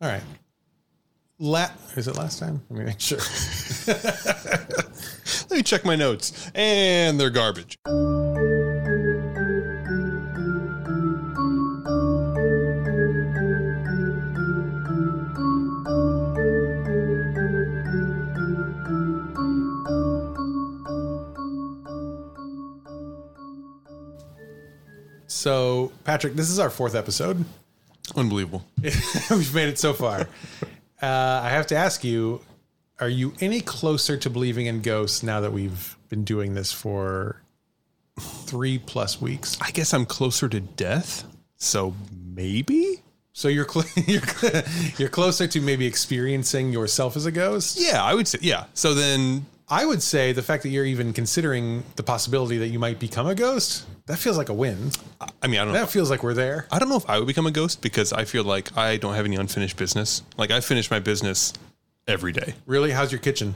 All right. La- is it last time? Let me make sure. Let me check my notes, and they're garbage. So, Patrick, this is our fourth episode. Unbelievable. We've made it so far. Uh, I have to ask you: Are you any closer to believing in ghosts now that we've been doing this for three plus weeks? I guess I'm closer to death, so maybe. So you're cl- you're cl- you're closer to maybe experiencing yourself as a ghost. Yeah, I would say yeah. So then, I would say the fact that you're even considering the possibility that you might become a ghost that feels like a win. I- I mean, I don't. That feels like we're there. I don't know if I would become a ghost because I feel like I don't have any unfinished business. Like I finish my business every day. Really, how's your kitchen?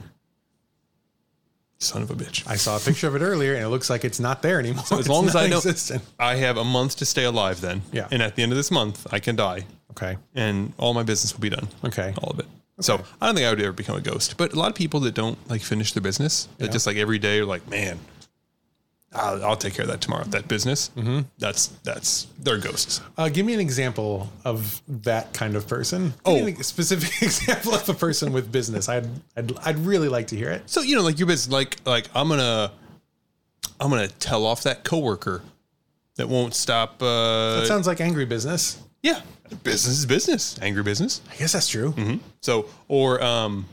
Son of a bitch. I saw a picture of it earlier, and it looks like it's not there anymore. as long as I know, know, I have a month to stay alive. Then, Yeah. And at the end of this month, I can die, okay, and all my business will be done. okay, all of it. So I don't think I would ever become a ghost. But a lot of people that don't like finish their business, that just like every day are like, man, I'll, I'll take care of that tomorrow. That business, mm-hmm. that's that's they're ghosts. Uh, give me an example of that kind of person. Give me an Oh. ex- specific example of a person with business. I'd, I'd, I'd really like to hear it. So you know, like your business, like like I'm gonna I'm gonna tell off that coworker that won't stop. Uh, That sounds like angry business. yeah, business is business. Angry business. I guess that's true. Mm-hmm. So or um,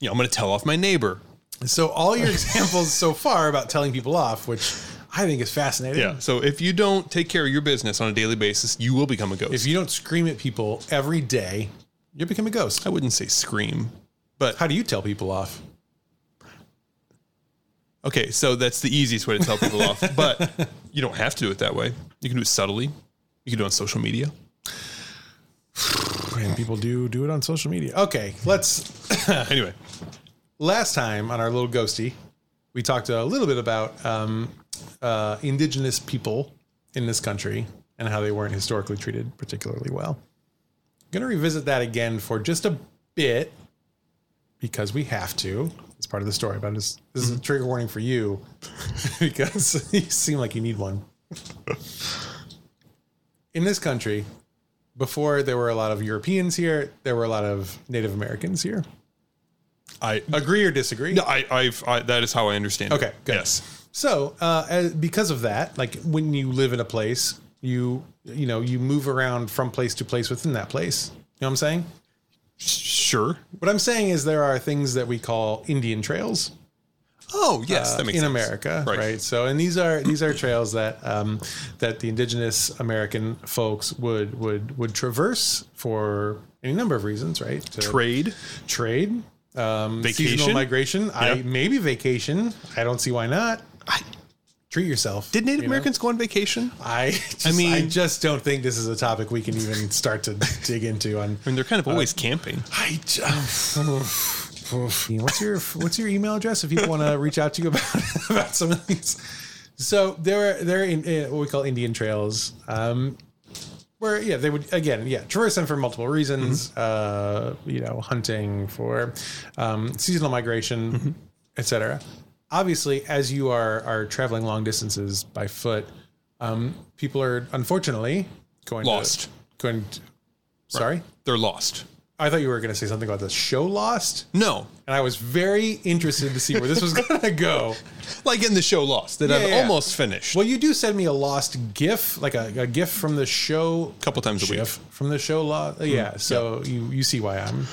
you know, I'm gonna tell off my neighbor. So all your examples so far about telling people off, which I think is fascinating. Yeah. So if you don't take care of your business on a daily basis, you will become a ghost. If you don't scream at people every day, you become a ghost. I wouldn't say scream, but How do you tell people off? okay, so that's the easiest way to tell people off. But you don't have to do it that way. You can do it subtly. You can do it on social media. And people do do it on social media. Okay, let's anyway, last time on our little ghosty, we talked a little bit about um, uh, indigenous people in this country and how they weren't historically treated particularly well. I'm going to revisit that again for just a bit because we have to. It's part of the story, but this, this is a trigger warning for you because you seem like you need one. In this country, before there were a lot of Europeans here, there were a lot of Native Americans here. I Agree or disagree? no, I I've I, that is how I understand. it. Okay, good. Yes. So, uh, as- because of that, like when you live in a place, you you know you move around from place to place within that place. You know what I'm saying? Sure. What I'm saying is there are things that we call Indian trails Oh yes, uh, that makes in sense. America, right. Right. So, and these are these are trails that um, that the indigenous American folks would would would traverse for any number of reasons, right? To Trade. trade, um, seasonal Vacation? migration, I Yeah. maybe vacation. I don't see why not. I, Treat yourself. did Native you know? Americans go on vacation? I I just, I I mean, mean- I just don't think this is a topic we can even start to dig into. On mean, they're kind of always camping. I just, what's your what's your email address if people want to reach out to you about about some of these? So there are there are in, in what we call Indian trails, um, where yeah they would again yeah traverse them for multiple reasons, uh, you know hunting for um, seasonal migration, etc. Obviously, as you are are traveling long distances by foot, um, people are unfortunately going to- Lost. going. To, sorry. They're lost. I thought you were going to say something about the show Lost, No, and I was very interested to see where this was going to go. like in the show Lost that I've yeah, yeah. almost finished. Well, you do send me a Lost GIF, like a, a GIF from the show, a couple times a week. GIF from the show Lost. Mm, Yeah, so you you see why I'm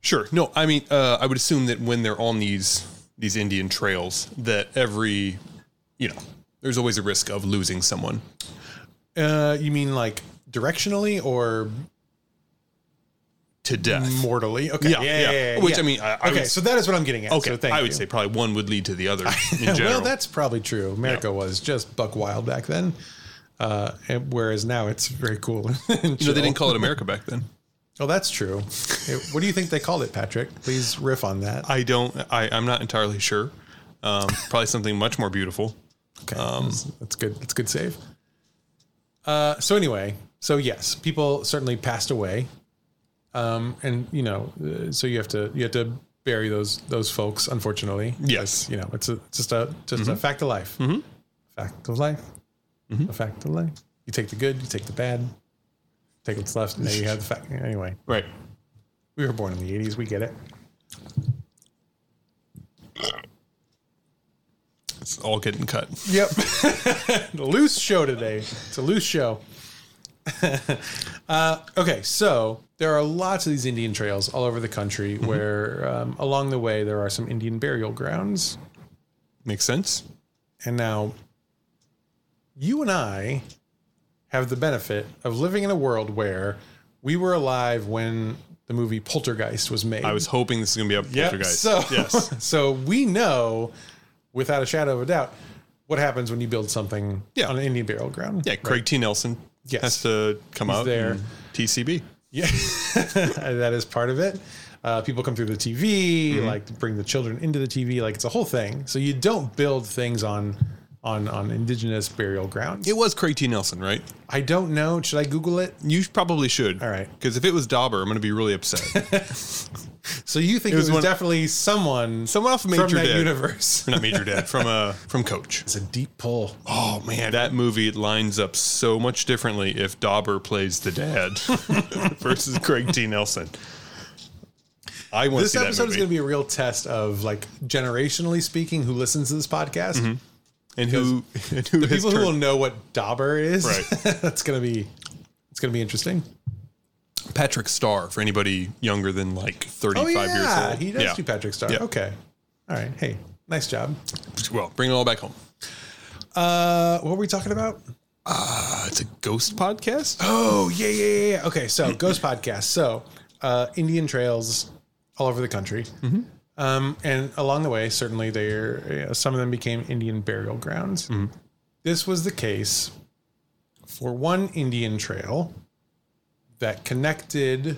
Sure. No, I mean, uh, I would assume that when they're on these these Indian trails, that every, you know, there's always a risk of losing someone. Uh, you mean like directionally or to death. mortally? Okay, Yeah, yeah. Which, I mean, I- I okay, would- so that is what I'm getting at. Okay, so thank I would you. say probably one would lead to the other in Yeah, general. Well, that's probably true. America was just buck wild back then, uh, and whereas now it's very cool. you know, they didn't call it America back then. Oh, that's true. It- what do you think they called it, Patrick? Please riff on that. I don't. I, I'm not entirely sure. Um, probably something much more beautiful. Okay, that's, that's good. That's a good save. Uh, so anyway, so yes, people certainly passed away Um, and you know, uh, so you have to you have to bury those those folks. Unfortunately, Yes. you know, it's a, it's just a just a fact of life. Fact of life. A fact of life. You take the good, you take the bad, take what's left, and there you have the fact. Anyway, Right. we were born in the '80s. We get it. It's all getting cut. Yep. the loose show today. It's a loose show. uh, okay, so there are lots of these Indian trails all over the country Mm-hmm. where um, along the way there are some Indian burial grounds. Makes sense. And now you and I have the benefit of living in a world where we were alive when the movie Poltergeist was made. I was hoping this is going to be up Yep, Poltergeist. So, Yes. so we know without a shadow of a doubt what happens when you build something Yeah. on an Indian burial ground. Yeah, Craig T. Nelson Yes. has to come out there. and TCB. Yeah, that is part of it. Uh, people come through the TV, Mm-hmm. like bring the children into the TV, like it's a whole thing. So you don't build things on on on indigenous burial grounds. It was Craig T. Nelson, right? I don't know. Should I Google it? You probably should. All right. Because if it was Dauber, I'm going to be really upset. So you think it was, was one- definitely someone Someone off Major from that Dad. universe? Not Major Dad, from uh, from Coach. It's a deep pull. Oh man, that movie lines up so much differently if Dauber plays the dad versus Craig T. Nelson. I want to This see that episode is movie. going to be a real test of like generationally speaking, who listens to this podcast. and who and who has People who turned- will know what dauber is. Right. That's going to be. It's going to be interesting. Patrick Starr for anybody younger than like 35 years old. Oh, He does yeah. do Patrick Star. Yeah. Okay. All right. Hey, nice job. Well, bring it all back home. Uh, what were we talking about? Uh, it's a ghost podcast. Oh, yeah, yeah, yeah. yeah. Okay. So, Ghost Podcast. So, uh, Indian trails all over the country. Mm-hmm. Um, and along the way, certainly there, you know, some of them became Indian burial grounds. Mm-hmm. This was the case for one Indian trail that connected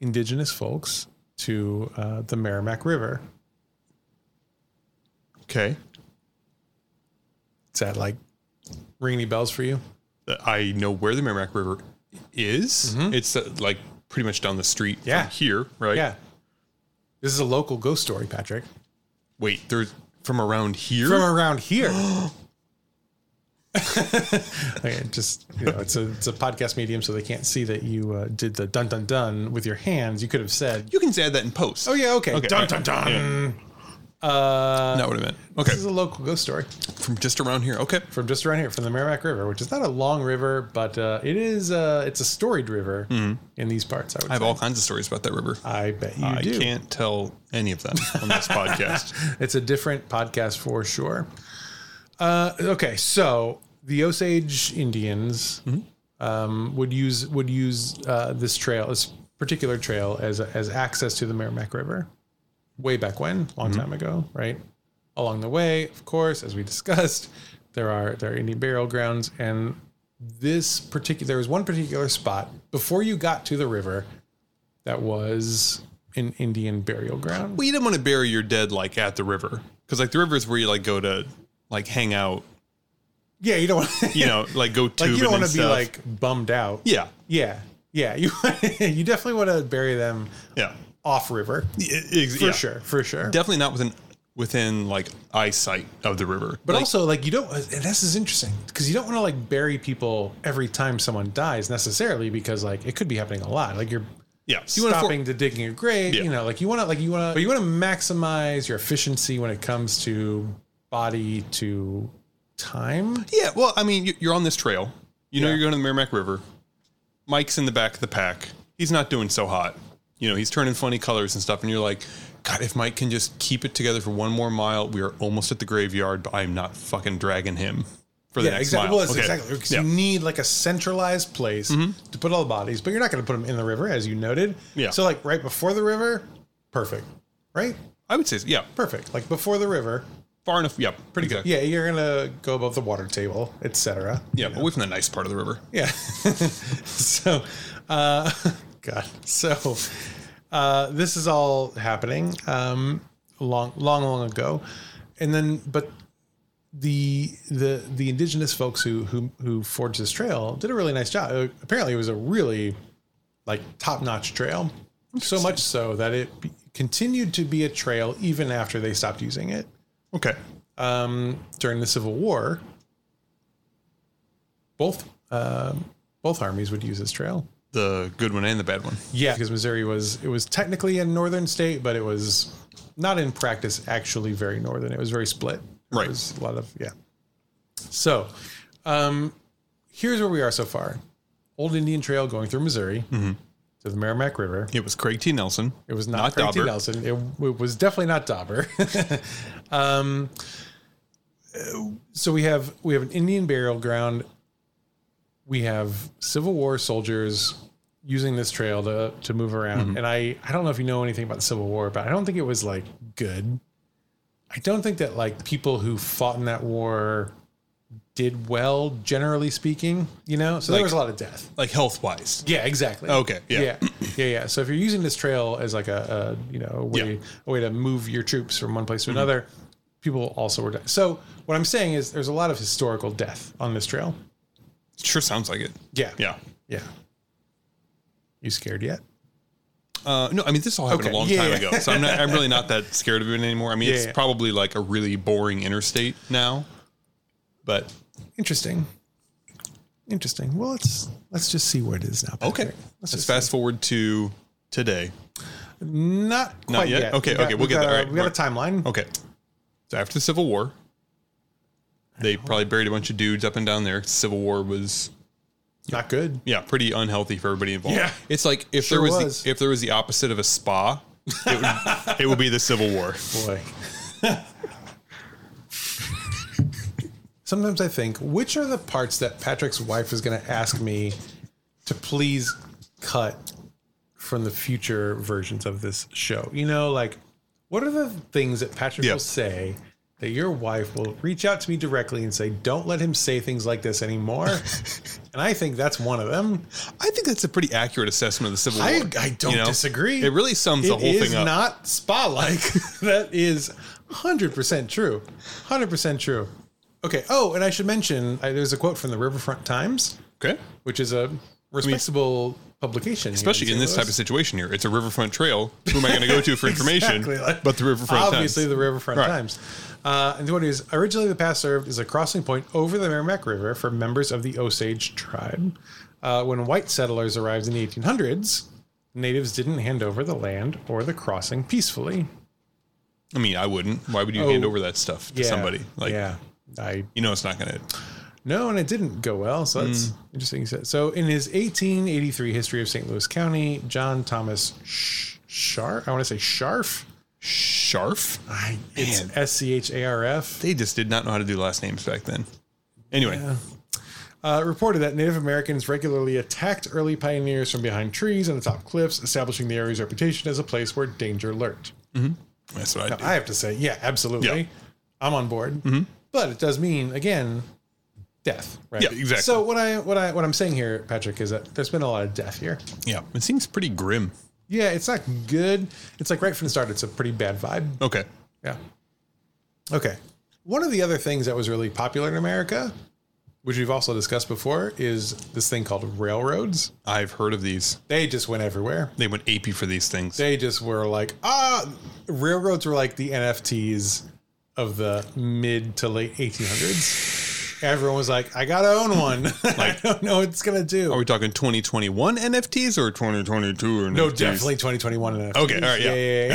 indigenous folks to uh, the Merrimack River. Okay. Is that like ring any bells for you? I know where the Merrimack River is. It's uh, like pretty much down the street Mm-hmm. Yeah. from here, right? Yeah. This is a local ghost story, Patrick. Wait, they're from around here? From around here. okay, just you know, it's a it's a podcast medium, so they can't see that you uh, did the dun dun dun with your hands. You could have said, you can add that in post. "Oh yeah, okay, Okay, dun all dun right. dun." Uh, Not what I meant. This is Okay. a local ghost story From just around here. Okay. from just around here, from the Merrimack River, which is not a long river, but uh, it is uh, it's a storied river in these parts. I would I have say. all kinds of stories about that river. I bet you I do. can't tell any of them on this podcast. It's a different podcast for sure. Uh, okay, so the Osage Indians um, would use would use uh, this trail, this particular trail, as as access to the Merrimack River, way back when, long time ago, right? Along the way, of course, as we discussed, there are there are Indian burial grounds, and this particular there was one particular spot before you got to the river that was an Indian burial ground. Well, you didn't want to bury your dead like at the river because like the river is where you like go to like hang out, Yeah, you don't want you know, like go like tubing you don't want and to be stuff. like bummed out. yeah, yeah, yeah. You you definitely want to bury them yeah, E-, off river for sure, for sure. Definitely not within within like eyesight of the river, but Like, also, like you don't. uh, And this is interesting because you don't want to like bury people every time someone dies necessarily because like it could be happening a lot. Like you're yeah, you wanna for- stopping to digging a grave. Yeah. You know, like you want to like you want to, but you want to maximize your efficiency when it comes to body to time. Yeah, well, I mean, you- you're on this trail. You know, Yeah. you're going to the Merrimack River. Mike's in the back of the pack. He's not doing so hot. You know, he's turning funny colors and stuff. And you're like, God, if Mike can just keep it together for one more mile, we are almost at the graveyard, but I'm not fucking dragging him for the next exactly. mile. Well, it's Okay. exactly because Yeah. Mm-hmm. you need like a centralized place to put all the bodies, but you're not going to put them in the river, as you noted. Yeah. So like right before the river, perfect. Right, I would say, so. yeah, perfect. Like before the river, far enough. Yeah, pretty good. yeah, you're gonna go above the water table, etc. Yeah, away from the nice part of the river. Yeah. so, uh, God. So, uh, this is all happening um, long, long, long ago, and then, but the the the indigenous folks who who who forged this trail did a really nice job. Uh, apparently, it was a really like top notch trail. So much so that it be- continued to be a trail even after they stopped using it Okay. um, during the Civil War. Both um, both armies would use this trail. The good one and the bad one. Yeah, because Missouri was it was technically a northern state, but it was not in practice actually very northern. It was very split. It Right. was a lot of yeah. So, um, here's where we are so far. Old Indian Trail going through Missouri to the Merrimack River. It was Craig T. Nelson. It was not, Craig T. Dauber. Nelson. It, it was definitely not Dauber. um, uh, so we have we have an Indian burial ground. We have Civil War soldiers using this trail to to move around. Mm-hmm. And I I don't know if you know anything about the Civil War, but I don't think it was like good. I don't think that like people who fought in that war did well, generally speaking. You know, so there Like- was a lot of death. Like health wise. Yeah, exactly. Okay, yeah. yeah, yeah, yeah. So if you're using this trail as like a, a you know a way, Yeah. Mm-hmm. a way to move your troops from one place to another, people also were dead. So what I'm saying is there's a lot of historical death on this trail. Sure sounds like it. Yeah, Yeah. yeah. You scared yet? Uh, no, I mean this all happened Okay. a long Yeah, time yeah. ago, so I'm not. I'm really not that scared of it anymore. I mean, Yeah, it's yeah. probably like a really boring interstate now, but Interesting. Interesting. Well, let's let's just see where it is now. okay. Patrick. Let's, Let's just fast forward to today. not quite yet? yet. Okay, We've got- okay, we'll we've get got there. a- All right, We got a we're- timeline. Okay, so after the Civil War, they probably buried a bunch of dudes up and down there. Civil War was Not good. yeah pretty unhealthy for everybody involved. Yeah. it's like if Sure there was, was. The, if there was the opposite of a spa, it would, it would be the Civil War. Boy. Sometimes I think, which are the parts that Patrick's wife is going to ask me to please cut from the future versions of this show? You know, like, what are the things that Patrick Yeah. will say that your wife will reach out to me directly and say, don't let him say things like this anymore? and I think that's one of them. I think that's a pretty accurate assessment of the Civil I- War. I don't disagree. It really sums the It whole is thing up. not spa like. that is 100% true. 100% true. Okay. Oh, and I should mention I, there's a quote from the Riverfront Times, okay. which is a respectable publication. here Especially in St. this Louis. type of situation here. It's a riverfront trail. Who am I going to go to for information? Exactly, like- but the riverfront Obviously, Times. the Riverfront Right. Times. Uh, and what it is originally the path served as a crossing point over the Merrimack River for members of the Osage tribe. Uh, when white settlers arrived in the 1800s, natives didn't hand over the land or the crossing peacefully. I mean, I wouldn't. Why would you hand over that stuff to Oh, Yeah, somebody? Like, yeah, I you know, it's not going to. No, and it didn't go well. So that's Mm. interesting. He said- So in his 1883 History of St. Louis County, John Thomas Sh- Sharf, I want to say Sharf. Sharf? I, it's Man. S C H A R F. They just did not know how to do last names back then. Anyway, Uh, reported that Native Americans regularly attacked early pioneers from behind trees and atop cliffs, establishing the area's reputation as a place where danger lurked. that's what I do. I have to say, yeah, absolutely. Yeah. Mm-hmm. I'm on board. But it does mean again death, right? Yeah, exactly. So what I what I what I'm saying here, Patrick, is that there's been a lot of death here. Yeah. It seems pretty grim. Yeah, it's not good. It's like right from the start, it's a pretty bad vibe. Okay. Yeah. Okay. One of the other things that was really popular in America, which we've also discussed before, is this thing called railroads. I've heard of these. They just went everywhere. They went AP for these things. They just were like, ah, railroads were like the NFTs of the mid to late 1800s. Everyone was like, I got to own one. I don't know what it's going to do. Are we talking 2021 NFTs or 2022 or No, definitely 2021 and Okay. All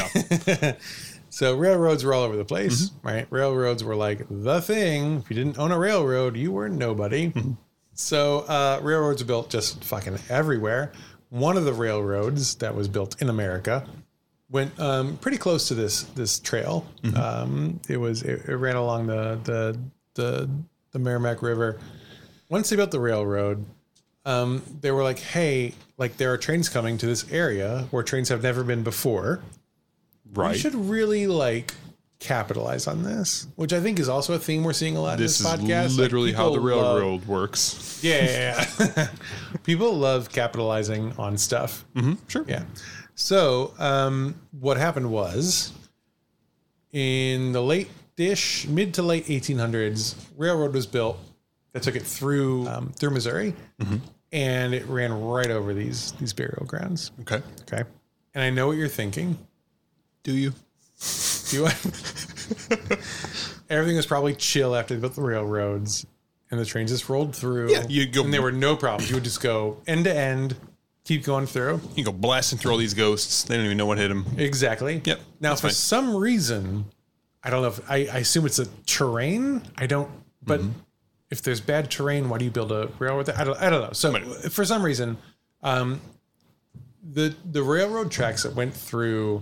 right. Yeah. so railroads were all over the place, Mm-hmm. right? Railroads were like the thing. If you didn't own a railroad, you were nobody. Mm-hmm. So uh, railroads were built just fucking everywhere. One of the railroads that was built in America went um, pretty close to this this trail. Mm-hmm. Um, it was it, it ran along the the the the Merrimack River. Once they built the railroad, um, they were like, "Hey, like there are trains coming to this area where trains have never been before. Right. You should really like capitalize on this," which I think is also a theme we're seeing a lot this in is this podcast. Like, literally how the people love- railroad works. yeah, yeah, yeah. people love capitalizing on stuff. Hmm? Sure. Yeah. Mm-hmm. So um, what happened was in the late ish, mid to late 1800s, railroad was built that took it through um, through Missouri. and it ran right over these these burial grounds. Okay. Okay, and I know what you're thinking. Do you? Do you? Everything was probably chill after they built the railroads, and the trains just rolled through. Yeah, you'd go- and there were no problems. You would just go end to end, keep going through. You go blasting through all these ghosts. They don't even know what hit them. Exactly. Yep, Now, that's for fine. some reason, I don't know if I, I assume it's a terrain. I don't, but Mm-hmm. if there's bad terrain, why do you build a railroad? There? I don't. I don't know. So Right. for some reason, um, the the railroad tracks that went through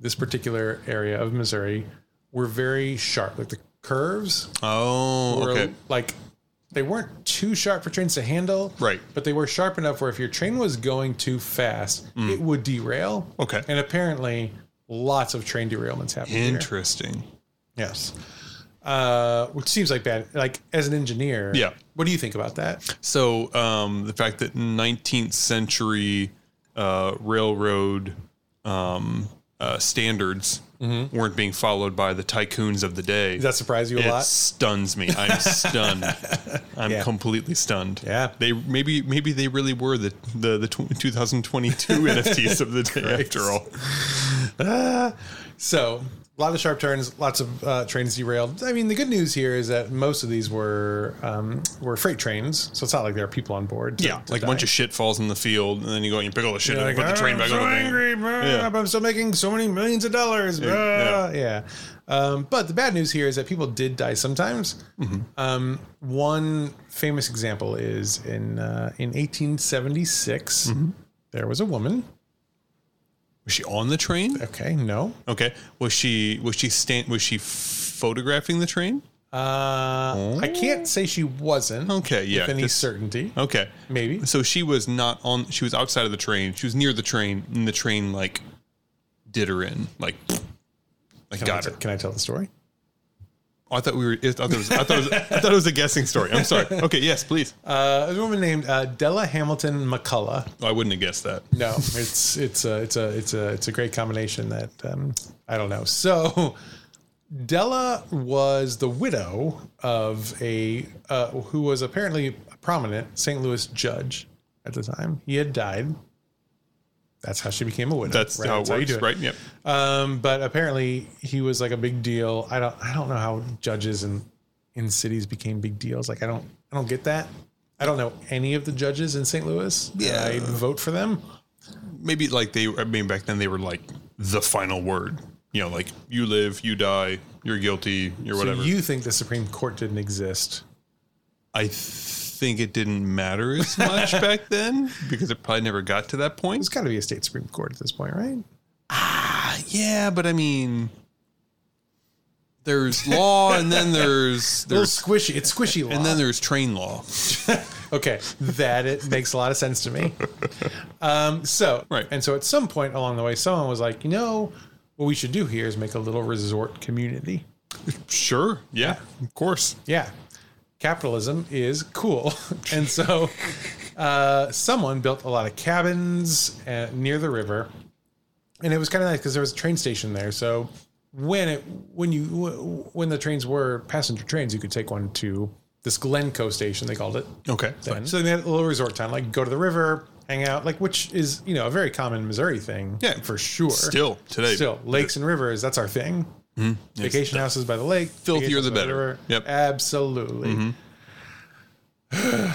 this particular area of Missouri were very sharp. Like the curves Oh, were okay. like they weren't too sharp for trains to handle. Right. But they were sharp enough where if your train was going too fast, it would derail. Mm. Okay. And apparently, lots of train derailments happen. here. Interesting. Yes. Uh, which seems like bad. Like as an engineer, Yeah. What do you think about that? So um, the fact that 19th century uh, railroad um, uh, standards Mm-hmm. weren't being followed by the tycoons of the day. Does that surprise you a it lot? stuns me. I'm stunned. I'm completely stunned. Yeah. They maybe maybe they really were the the, the tw- 2022 NFTs of the day after all. So a lot of sharp turns, lots of uh, trains derailed. I mean, the good news here is that most of these were um, were freight trains, so it's not like there are people on board. to- Yeah, to like a bunch die. of shit falls in the field, and then you go and you pick all the shit You're and put the "Ah, train I'm back so on. the thing. angry, blah, Yeah. I'm still making so many millions of dollars. blah." yeah. Yeah. Um, but the bad news here is that people did die sometimes. Mm-hmm. Um, one famous example is in uh, in 1876, Mm-hmm. there was a woman. Was she on the train? Okay, no. Okay. Was she was she stand was she photographing the train? Uh, I can't say she wasn't Oh. Okay, oh. yeah. with any just- certainty. okay. Maybe. So she was not on she was outside of the train. She was near the train and the train like did her in. Like like Can I got t- her. Can I tell the story? Oh, I thought we were I thought, it was, I, thought it was, I thought it was a guessing story. I'm sorry. Okay, yes, please. Uh, there's a woman named uh, Della Hamilton McCullough. Oh, I wouldn't have guessed that. No, it's it's a it's a it's a it's a great combination that um, I don't know. So Della was the widow of a uh, who was apparently a prominent St. Louis judge at the time. He had died. That's how she became a widow. That's how it you works, do it. right? Yep. Um, but apparently he was like a big deal. I don't I don't know how judges in in cities became big deals. Like I don't I don't get that. I don't know any of the judges in St. Louis. Yeah. I vote for them. Maybe like they I mean back then they were like the final word. You know, like you live, you die, you're guilty, you're whatever. So you think the Supreme Court didn't exist? I think it didn't matter as much back then because it probably never got to that point. It's got to be a state Supreme Court at this point, right? Yeah, but I mean, there's law, and then there's Little there's squishy. It's squishy law. and then there's train law. okay, that it makes a lot of sense to me. Um, so Right. and so at some point along the way, someone was like, you know, what we should do here is make a little resort community. Sure. Yeah. Of course. Yeah, capitalism is cool, and so uh, someone built a lot of cabins uh, near the river, and it was kind of nice because there was a train station there. So when it when you when the trains were passenger trains, you could take one to this Glencoe station they called it. Okay. Then. So they had a little resort town, like go to the river, hang out, like which is you know a very common Missouri thing. Yeah. for sure. Still today. Mm-hmm. Still, lakes and rivers, that's our thing. Vacation houses by the lake. Filthier vacation the houses by better. river. Yep. Mm-hmm. Absolutely.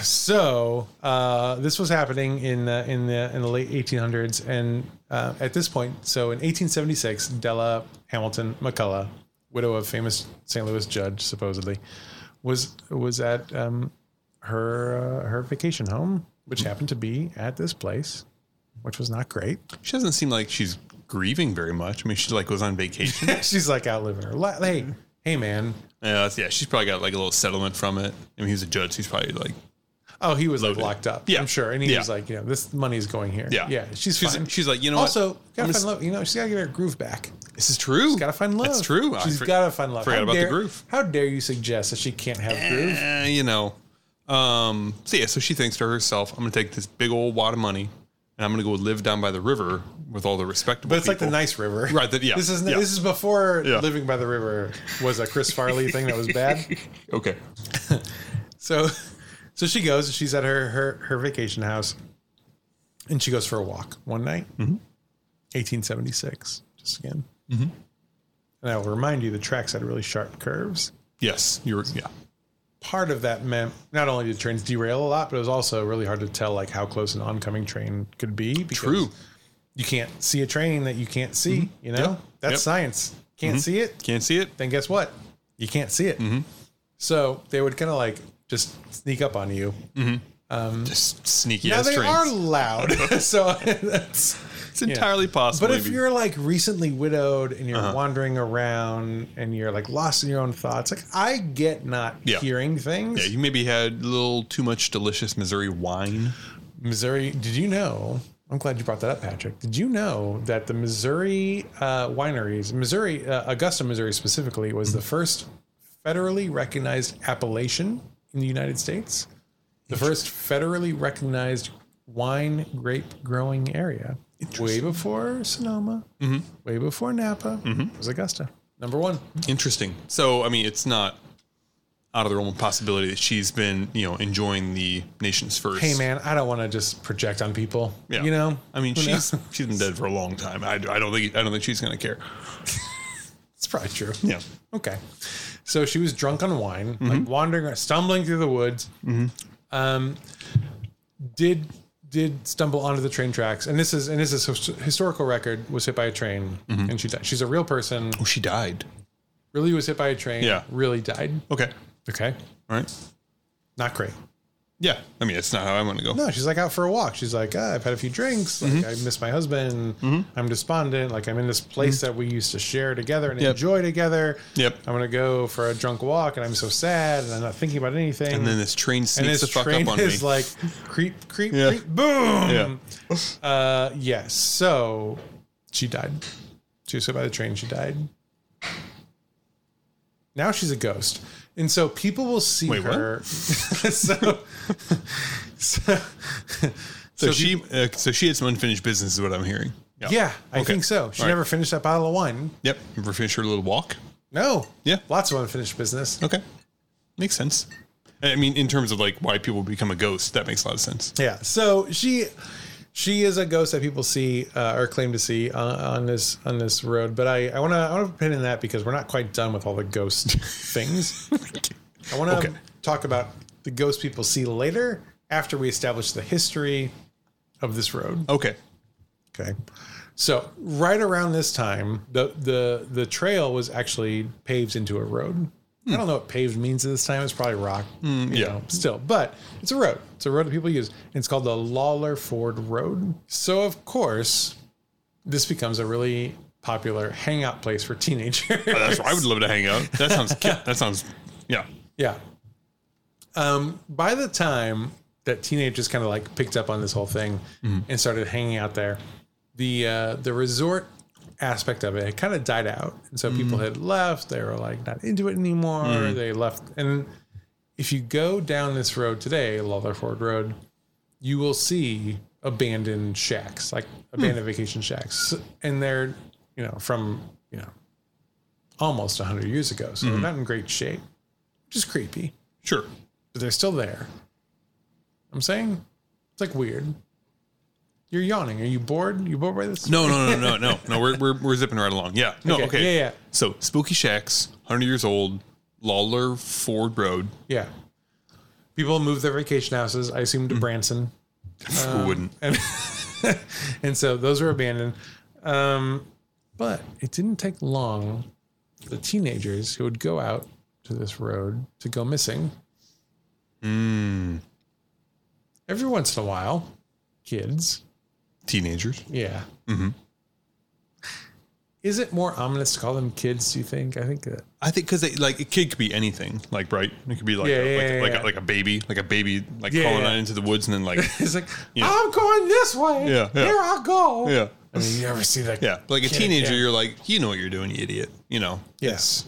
so uh, this was happening in the, in the in the late 1800s, and uh, at this point, so in 1876, Della Hamilton McCullough, widow of famous St. Louis judge, supposedly, was was at um, her uh, her vacation home, which happened to be at this place, which was not great. She doesn't seem like she's grieving very much. I mean, she like was on vacation. yeah. She's like out living her life. Hey, Mm-hmm. hey, man. that's- yeah. She's probably got like a little settlement from it. I mean, he's a judge. He's probably like Oh, he was like Loaded. locked up. Yeah. I'm sure. And he Yeah. was like, you know, this money's going here. yeah. yeah. She's she's fine. she's like you know also what? I'm gotta gonna find love. You know, she's gotta get her groove back. She's This is true. gotta find love. That's true. I She's for- gotta find love. forgot How about the dare- groove. How dare you suggest that she can't have groove? Eh, you know. Um, so yeah, so she thinks to herself, "I'm going to take this big old wad of money, and I'm going to go live down by the river with all the respectable." But it's like the people." nice river, Right, that- yeah, This is yeah. this is before Yeah. living by the river was a Chris Farley thing that was bad. Okay, So, So she goes. She's at her her her vacation house, and she goes for a walk one night. Mm-hmm. 1876, just again. And I will remind you, the tracks had really sharp curves. Yes, you're. Yeah, Part of that meant not only did trains derail a lot, but it was also really hard to tell like how close an oncoming train could be. Because true. Mm-hmm. You can't see a train that you can't see. You know Yep. that's Yep. Mm-hmm. science. Can't see it Can't see it. then guess what? You can't see it. Mm-hmm. So they would kind of like just sneak up on you. Just sneaky Now ass they trains. are loud, so that's. it's entirely possible. But if maybe. Uh-huh. you're like recently widowed and you're wandering around and you're like lost in your own thoughts, like I get not Yeah. hearing things. yeah, you maybe had a little too much delicious Missouri wine. Missouri, did you know? I'm glad you brought that up, Patrick. Did you know that the Missouri uh, wineries, Missouri, uh, Augusta, Missouri specifically, was the first federally recognized appellation in the United States? The first federally recognized wine grape growing area. Way before Sonoma, Mm-hmm. way before Napa, was Augusta. Number one. Interesting. So I mean, it's not out of the realm of possibility that she's been you know enjoying the nation's first. Hey, man, I don't want to just project on people. Yeah. You know? I mean, Who she's knows? she's been dead for a long time. I, I don't think I don't think she's gonna care. It's probably true. Yeah. Okay. So she was drunk on wine, Mm-hmm. like wandering, stumbling through the woods. Um, did did stumble onto the train tracks, and this is and this is his- historical record. Was hit by a train, Mm-hmm. and she died. She's a real person. Oh, she died. Really was hit by a train. Yeah. Really died. Okay. Okay. All right. Not great. Yeah. I mean, it's not how I'm gonna go. No, she's like out for a walk. She's like, ah, I've had a few drinks. Mm-hmm. Like, I miss my husband. I'm despondent. Like I'm in this place that we used to share together and enjoy together. Mm-hmm. Yep. I'm gonna go for a drunk walk, and I'm so sad, and I'm not thinking about anything. And then this train and sneaks his the fuck train up on me. is um, like creep, creep, Yeah. creep, boom. yeah. Uh, yes. So she died. She was hit by the train. She died. Now she's a ghost, and so people will see Wait, what? her. so, so, So, she uh, so she had some unfinished business is what I'm hearing. yeah, I Okay. think so. She All right. never finished that bottle of wine. Yep. You ever finish her little walk? No. Yeah. Lots of unfinished business. Okay. Makes sense. I mean, in terms of like why people become a ghost, that makes a lot of sense. Yeah. So she she is a ghost that people see uh, or claim to see on, on this on this road. But I I want to I want to pin in that because we're not quite done with all the ghost things. I want to Okay. talk about the ghost people see later after we establish the history of this road. Okay. Okay. So right around this time, the the the trail was actually paved into a road. I don't know what paved means at this time. It's probably rock, you Mm, yeah. know, still, but it's a road. It's a road that people use. And it's called the Lawler Ford Road. So of course, this becomes a really popular hangout place for teenagers. That's where I would love to hang out. That sounds that sounds yeah. Yeah. Um, by the time that teenagers kind of like picked up on this whole thing and started hanging out there, the uh, the resort aspect of it had kind of died out, and so people had left. They were like not into it anymore. They left, and if you go down this road today, Lawler Ford Road, you will see abandoned shacks, like abandoned vacation shacks, and they're you know from you know almost 100 years ago so they're not in great shape which is creepy Sure. but they're still there. I'm saying it's like weird. You're yawning. Are you bored? You bored by this? No, no, no, no, no, no. We're, we're, we're zipping right along. Yeah. No. Okay. Okay. Yeah, yeah. So spooky shacks, hundred years old, Lawler Ford Road. Yeah. People move their vacation houses, I assume, to Branson. Who wouldn't? And, and so those were abandoned. Um, but it didn't take long for the teenagers who would go out to this road to go missing. Every once in a while, kids Teenagers. Yeah. Mm-hmm. Is it more ominous to call them kids? Do you think? I think that. I think because like a kid could be anything. Like right, it could be like Yeah, a, like, yeah, yeah, like, yeah. A, like a baby, like a baby, like Yeah, crawling yeah. out into the woods and then like It's like Yeah. I'm going this way. Yeah, yeah. Here I go. yeah, I mean, you ever see that? yeah. Like a kid teenager, again? you're like, you know what you're doing, you idiot. You know. Yes.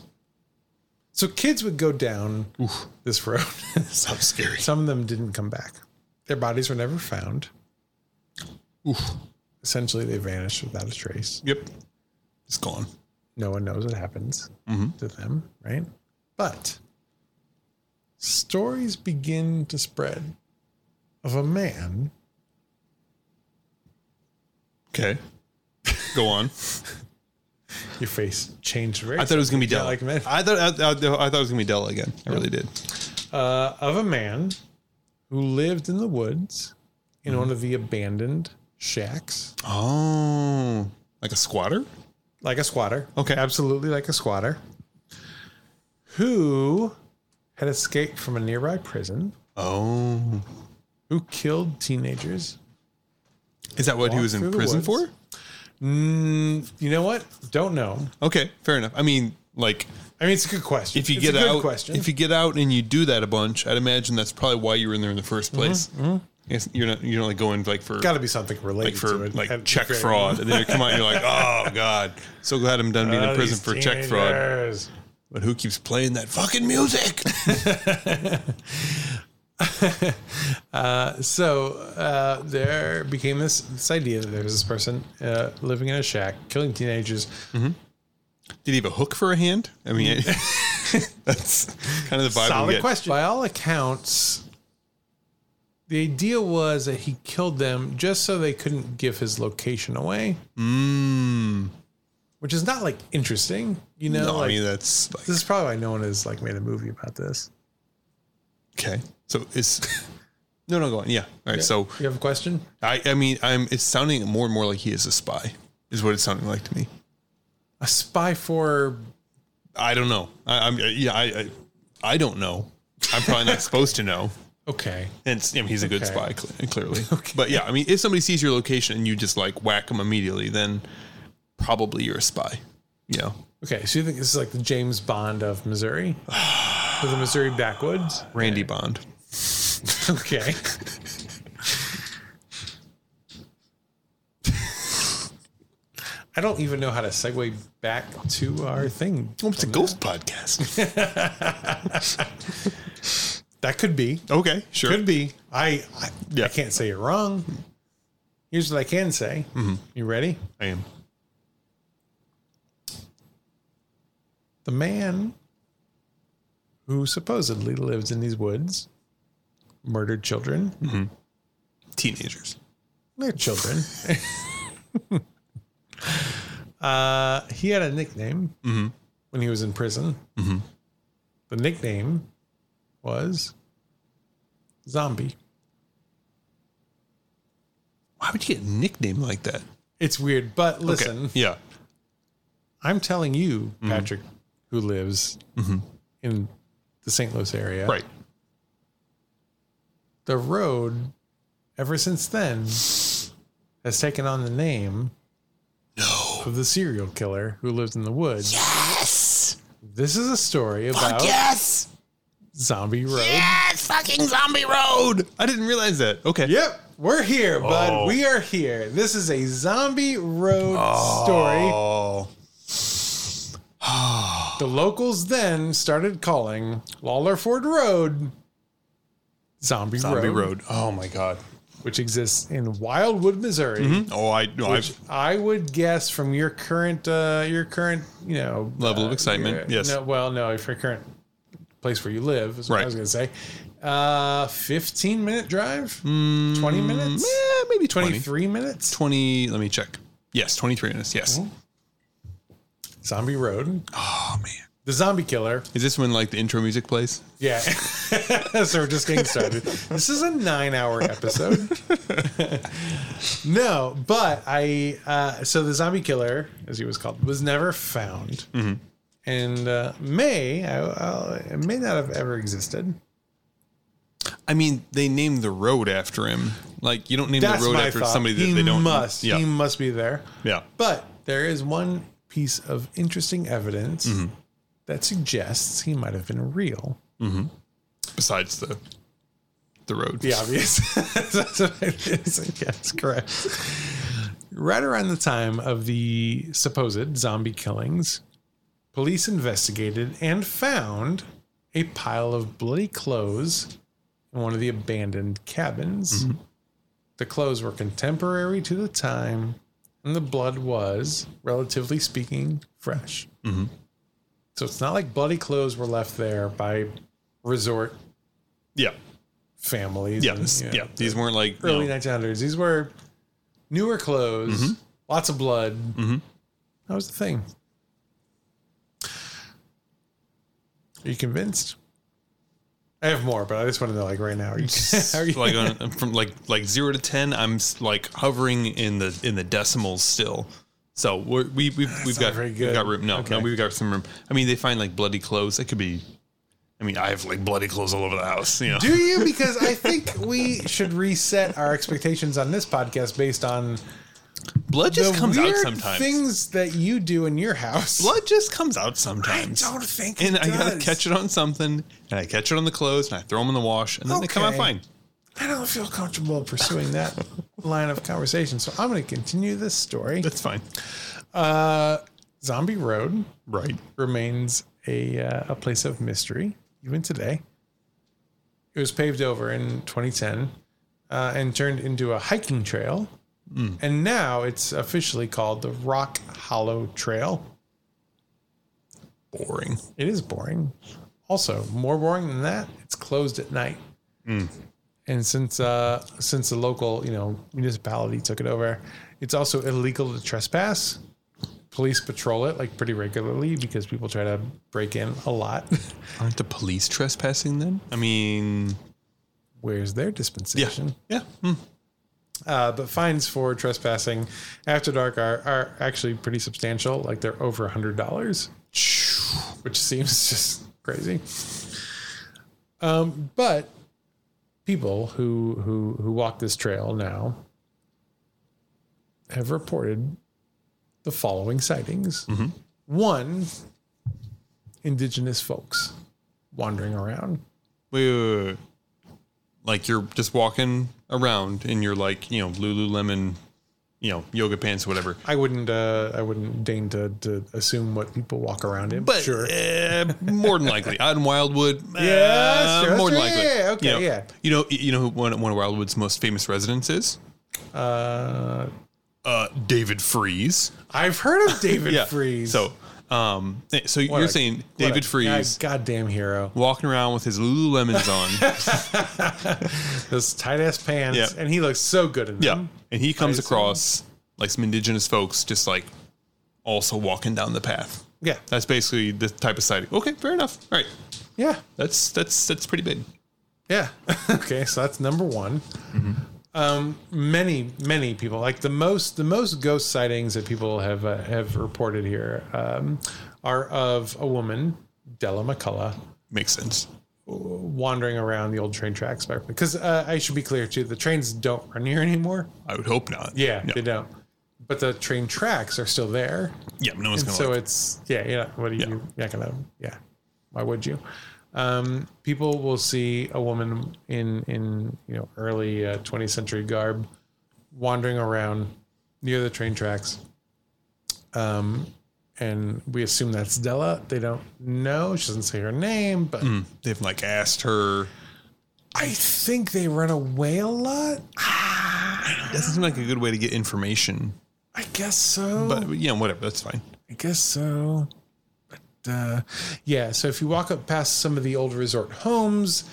So kids would go down Oof. this road. Sounds scary. Some of them didn't come back. Their bodies were never found. Oof. Essentially, they vanished without a trace. Yep. It's gone. Mm-hmm. No one knows what happens to them, right? But stories begin to spread of a man Okay. Go on. your face changed very I thought it was gonna be quickly, Della. like men. I thought I, I, I thought it was gonna be Della again. I really did. uh, of a man who lived in the woods in Mm-hmm. one of the abandoned shacks Oh, like a squatter? like a squatter Okay. absolutely like a squatter who had escaped from a nearby prison Oh, who killed teenagers is that what he Walk was through in the prison woods. for? Mm, you know what? Don't know. Okay, fair enough. I mean, like I mean, it's a good question. if you It's get a good out, question. if you get out and you do that a bunch, I'd imagine that's probably why you were in there in the first Mm-hmm, place. Yes, You're not you're not like going like for got to be something related like for to it. like at check the very fraud, and then you come out and you're like, oh god, so glad I'm done being least. in prison Oh, These for check fraud. teenagers. But who keeps playing that fucking music? So uh, there became this this idea that there was this person uh, living in a shack, killing teenagers. Did he have a hook for a hand? I mean, that's kind of the vibe. we Solid get. question. By all accounts, the idea was that he killed them just so they couldn't give his location away, Mm, which is not like interesting. You know, no, like, I mean that's like, this is probably why no one has like made a movie about this. okay. So it's no, no, go on. Yeah, all right. So You have a question? I, I mean, I'm. It's sounding more and more like he is a spy. Is what it's sounding like to me. A spy for I don't know. I, I'm. uh, Yeah, I, I. I don't know. I'm probably not supposed to know. okay. And it's- I mean, he's a good Okay. spy, cl- clearly. But yeah, I mean, if somebody sees your location and you just like whack them immediately, then probably you're a spy. You know, Okay, so you think this is like the James Bond of Missouri? For the Missouri backwoods? Randy Bond. Okay. I don't even know how to segue back to our thing. Oh, it's a ghost podcast. That could be. okay, sure. Could be. I I, Yeah. I can't say you're wrong. Here's what I can say. Mm-hmm. You ready? I am. The man who supposedly lives in these woods murdered children. Teenagers. They're children. uh, he had a nickname when he was in prison. The nickname was Zombie. Why would you get a nickname like that? It's weird, but listen, Yeah. I'm telling you, Patrick, who lives in the St. Louis area, Right. the road ever since then has taken on the name No. of the serial killer who lives in the woods. Yes! This is a story about Yes! Zombie Road. Yes! Fucking zombie road! Road. I didn't realize that. Okay. Yep, we're here, Oh. bud. We are here. This is a zombie road story. Oh. The locals then started calling Lawler Ford Road Zombie, Zombie road, Road. Oh my God. which exists in Wildwood, Missouri. Oh, I. No, Which I've, I would guess from your current, uh, your current, you know, Level of uh, excitement, your- yes. No, well, no, if your current place where you live is what Right. I was going to say. Uh, fifteen minute drive, Mm, twenty minutes, eh, maybe 20. twenty three minutes. 20. Let me check. Yes, 23 minutes. Yes. Zombie Road. Oh man. The zombie killer. Is this when like the intro music plays? Yeah. so we're just getting started. This is a nine hour episode. no, but I, uh, so the zombie killer, as he was called, was never found. Mm-hmm. And uh, may, I, I, it may not have ever existed. I mean, they named the road after him. Like you don't name That's the road my after thought. somebody that he they don't. must. Yeah. He must be there. yeah. But there is one piece of interesting evidence Mm-hmm. that suggests he might have been real. Besides the the road. the obvious. That's what it is. Yes, correct. Right around the time of the supposed zombie killings, police investigated and found a pile of bloody clothes in one of the abandoned cabins. The clothes were contemporary to the time, and the blood was, relatively speaking, fresh. So it's not like bloody clothes were left there by resort Yeah. families. Yeah. and, This, you yeah. know, These weren't like you early know, Mm-hmm. 1900s. These were newer clothes, lots of blood. That was the thing. Are you convinced? I have more, but I just want to know, like, right now. Are you, are you- like on, from like like zero to ten. I'm s- like hovering in the in the decimals still. So we're, we we've, we've not got very we've good. got room. No, Okay. no, we've got some room. I mean, they find like bloody clothes. It could be. I mean, I have like bloody clothes all over the house. You know. do you? Because I think we should reset our expectations on this podcast based on blood just the comes out weird sometimes. things that you do in your house. blood just comes out sometimes. I don't think and it I gotta does. catch it on something, and I catch it on the clothes, and I throw them in the wash, and then they come out Okay. fine. I don't feel comfortable pursuing that line of conversation, so I'm going to continue this story. That's fine, Uh, Zombie Road right? remains a uh, a place of mystery even today. It was paved over in 2010 uh, and turned into a hiking trail, and now it's officially called the Rock Hollow Trail. Boring. It is boring. Also, more boring than that, it's closed at night. And since uh, since the local you know municipality took it over, it's also illegal to trespass. Police patrol it like pretty regularly because people try to break in a lot. Aren't the police trespassing then? I mean, Where's their yeah, dispensation? yeah. Hmm. Uh, but fines for trespassing after dark are, are actually pretty substantial. Like they're over a hundred dollars, which seems just crazy. Um, but people who who who walk this trail now have reported the following sightings. One, indigenous folks wandering around. Wait, wait, wait, wait. Like you're just walking around in your like you know Lululemon, you know yoga pants, whatever. I wouldn't uh, I wouldn't deign to, to assume what people walk around in. But eh, more than likely, out in Wildwood. Yeah, eh, that's true, more than that's likely. true. Yeah, yeah, okay, you know, yeah. You know, you know who one one of Wildwood's most famous residents is Uh, uh, David Freeze. I've heard of David yeah. Freeze. So, um, so you're a- saying What David a Freeze god- goddamn hero. walking around with his Lululemons on, Those tight ass pants, Yeah. and he looks so good in yeah, them. and he comes I assume. across like some indigenous folks just like also walking down the path. Yeah, yeah, That's basically the type of sighting. Okay, fair enough. All right, yeah, that's that's that's pretty big. okay, so that's number one. Mm-hmm. Um, many, many people like the most the most ghost sightings that people have uh, have reported here um, are of a woman, Della McCullough, Makes sense. wandering around the old train tracks. Because uh, I should be clear too, the trains don't run here anymore. I would hope not. Yeah, No. they don't. But the train tracks are still there. yeah. No one's gonna. so like- it's yeah, yeah. What do you? Yeah. You're not gonna. Yeah. Why would you? Um, people will see a woman in in you know early uh, 20th century garb wandering around near the train tracks. Um, and we assume that's Della. They don't know. She doesn't say her name, but They've like asked her. I think they run away a lot. Doesn't seem like a good way to get information. I guess so. But yeah, whatever. That's fine. I guess so. But uh, yeah, so if you walk up past some of the old resort homes,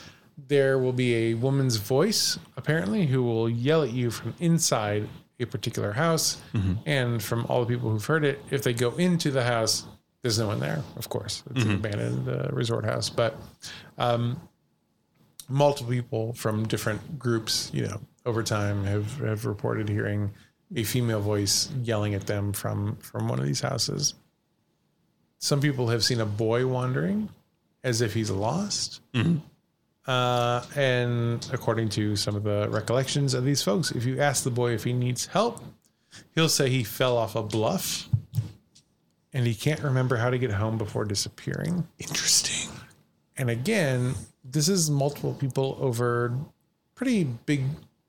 there will be a woman's voice apparently who will yell at you from inside a particular house, and from all the people who've heard it, if they go into the house, there's no one there. Of course, it's an abandoned uh, resort house, but multiple people from different groups, you know, over time have, have reported hearing a female voice yelling at them from from one of these houses. Some people have seen a boy wandering as if he's lost. Uh, and according to some of the recollections of these folks, if you ask the boy if he needs help, he'll say he fell off a bluff and he can't remember how to get home before disappearing. Interesting. And again, this is multiple people over pretty big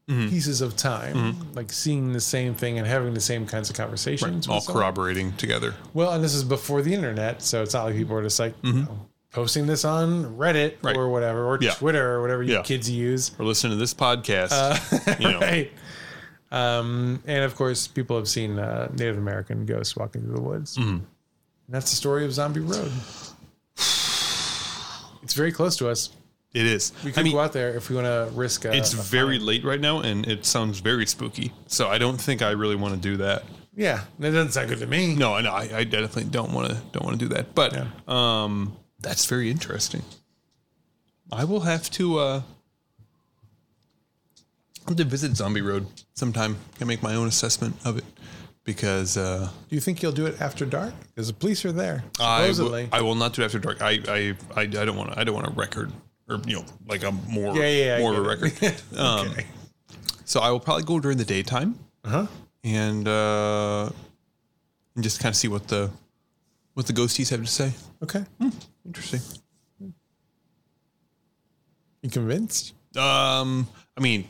Mm-hmm. pieces of time, like seeing the same thing and having the same kinds of conversations. All with someone. corroborating together. Well, and this is before the internet, so it's not like people were just like you know, posting this on Reddit Mm-hmm. Right. or whatever, or Yeah. Twitter or whatever you Yeah. kids use. Or listen to this podcast. you know, Uh, Right. Um, and of course, people have seen uh, Native American ghosts walking through the woods. Mm-hmm. And that's the story of Zombie Road. It's very close to us. It is. We could I mean, go out there if we want to risk. uh, A, it's very late right now, and it sounds very spooky. So I don't think I really want to do that. yeah. That doesn't sound good to me. No, no, I, I definitely don't want to don't want to do that. But Yeah. um, that's very interesting. I will have to uh, I'll have to visit Zombie Road sometime. Can make my own assessment of it because uh, Do you think you'll do it after dark? Because the police are there. I will- Supposedly. I will not do after dark. I I I, I don't want to. I don't want a record or you know like a more Yeah, yeah, I more of a get record. um, okay. So I will probably go during the daytime Uh huh. and uh, and just kind of see what the what the ghosties have to say. Okay. Hmm. Interesting. You convinced? Um, I mean,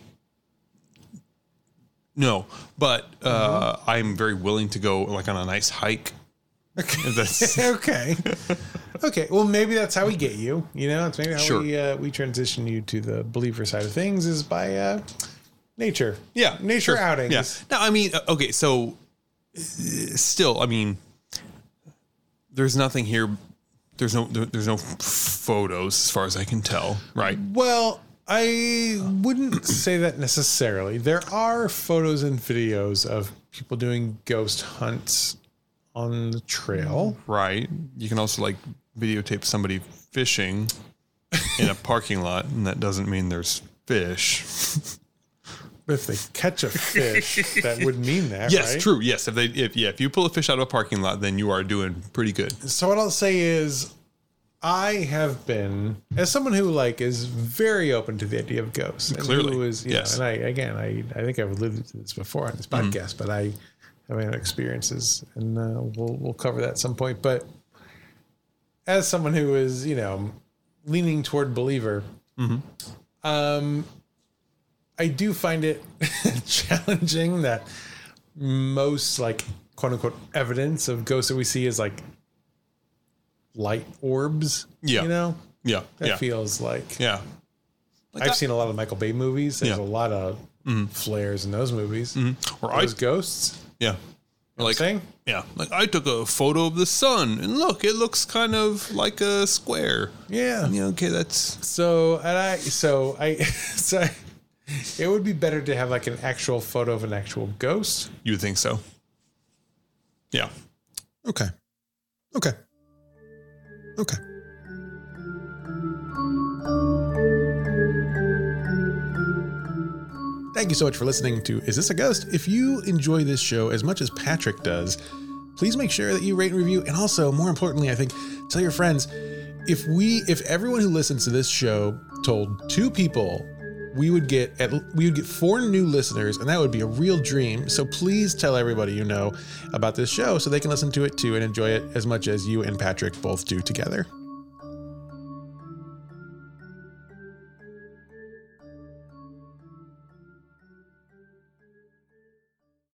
no, but uh, Mm-hmm. I'm very willing to go like on a nice hike. Okay. If that's okay. Okay. Well, maybe that's how we get you. You know, it's maybe how Sure. we uh, we transition you to the believer side of things is by uh, nature. yeah, nature sure. outings. Yeah. No, I mean, uh, okay, so uh, still, I mean, there's nothing here. There's no there- there's no photos as far as I can tell. Right. Well, I wouldn't say that necessarily. There are photos and videos of people doing ghost hunts on the trail. Right. You can also like videotape somebody fishing in a parking lot, and that doesn't mean there's fish. But if they catch a fish, that would mean that. Yes, right? true. Yes, if they if yeah, if you pull a fish out of a parking lot, then you are doing pretty good. so what I'll say is I have been as someone who like is very open to the idea of ghosts. And Clearly, who is you yes. Mm-hmm. know, and I again I, I think I've alluded to this before on this podcast, but I have had experiences and uh, we'll we'll cover that at some point. But as someone who is, you know, leaning toward believer, um I do find it challenging that most like quote unquote evidence of ghosts that we see is like light orbs. Yeah. You know? Yeah, That yeah, feels like yeah. Like I've that- seen a lot of Michael Bay movies. There's Yeah. a Mm-hmm. lot of flares in those movies. or I Those ghosts. yeah, Or like Saying? yeah, like I took a photo of the sun, and look, it looks kind of like a square. Yeah. Yeah, okay, that's So and I so I so I, it would be better to have like an actual photo of an actual ghost. you would think so. Yeah, Okay. Okay. Okay. Thank you so much for listening to Is This a Ghost? If you enjoy this show as much as Patrick does, please make sure that you rate and review and also more importantly, I think tell your friends if we if everyone who listens to this show told two people we would get at we would get four new listeners and that would be a real dream so please tell everybody you know about this show so they can listen to it too and enjoy it as much as you and patrick both do together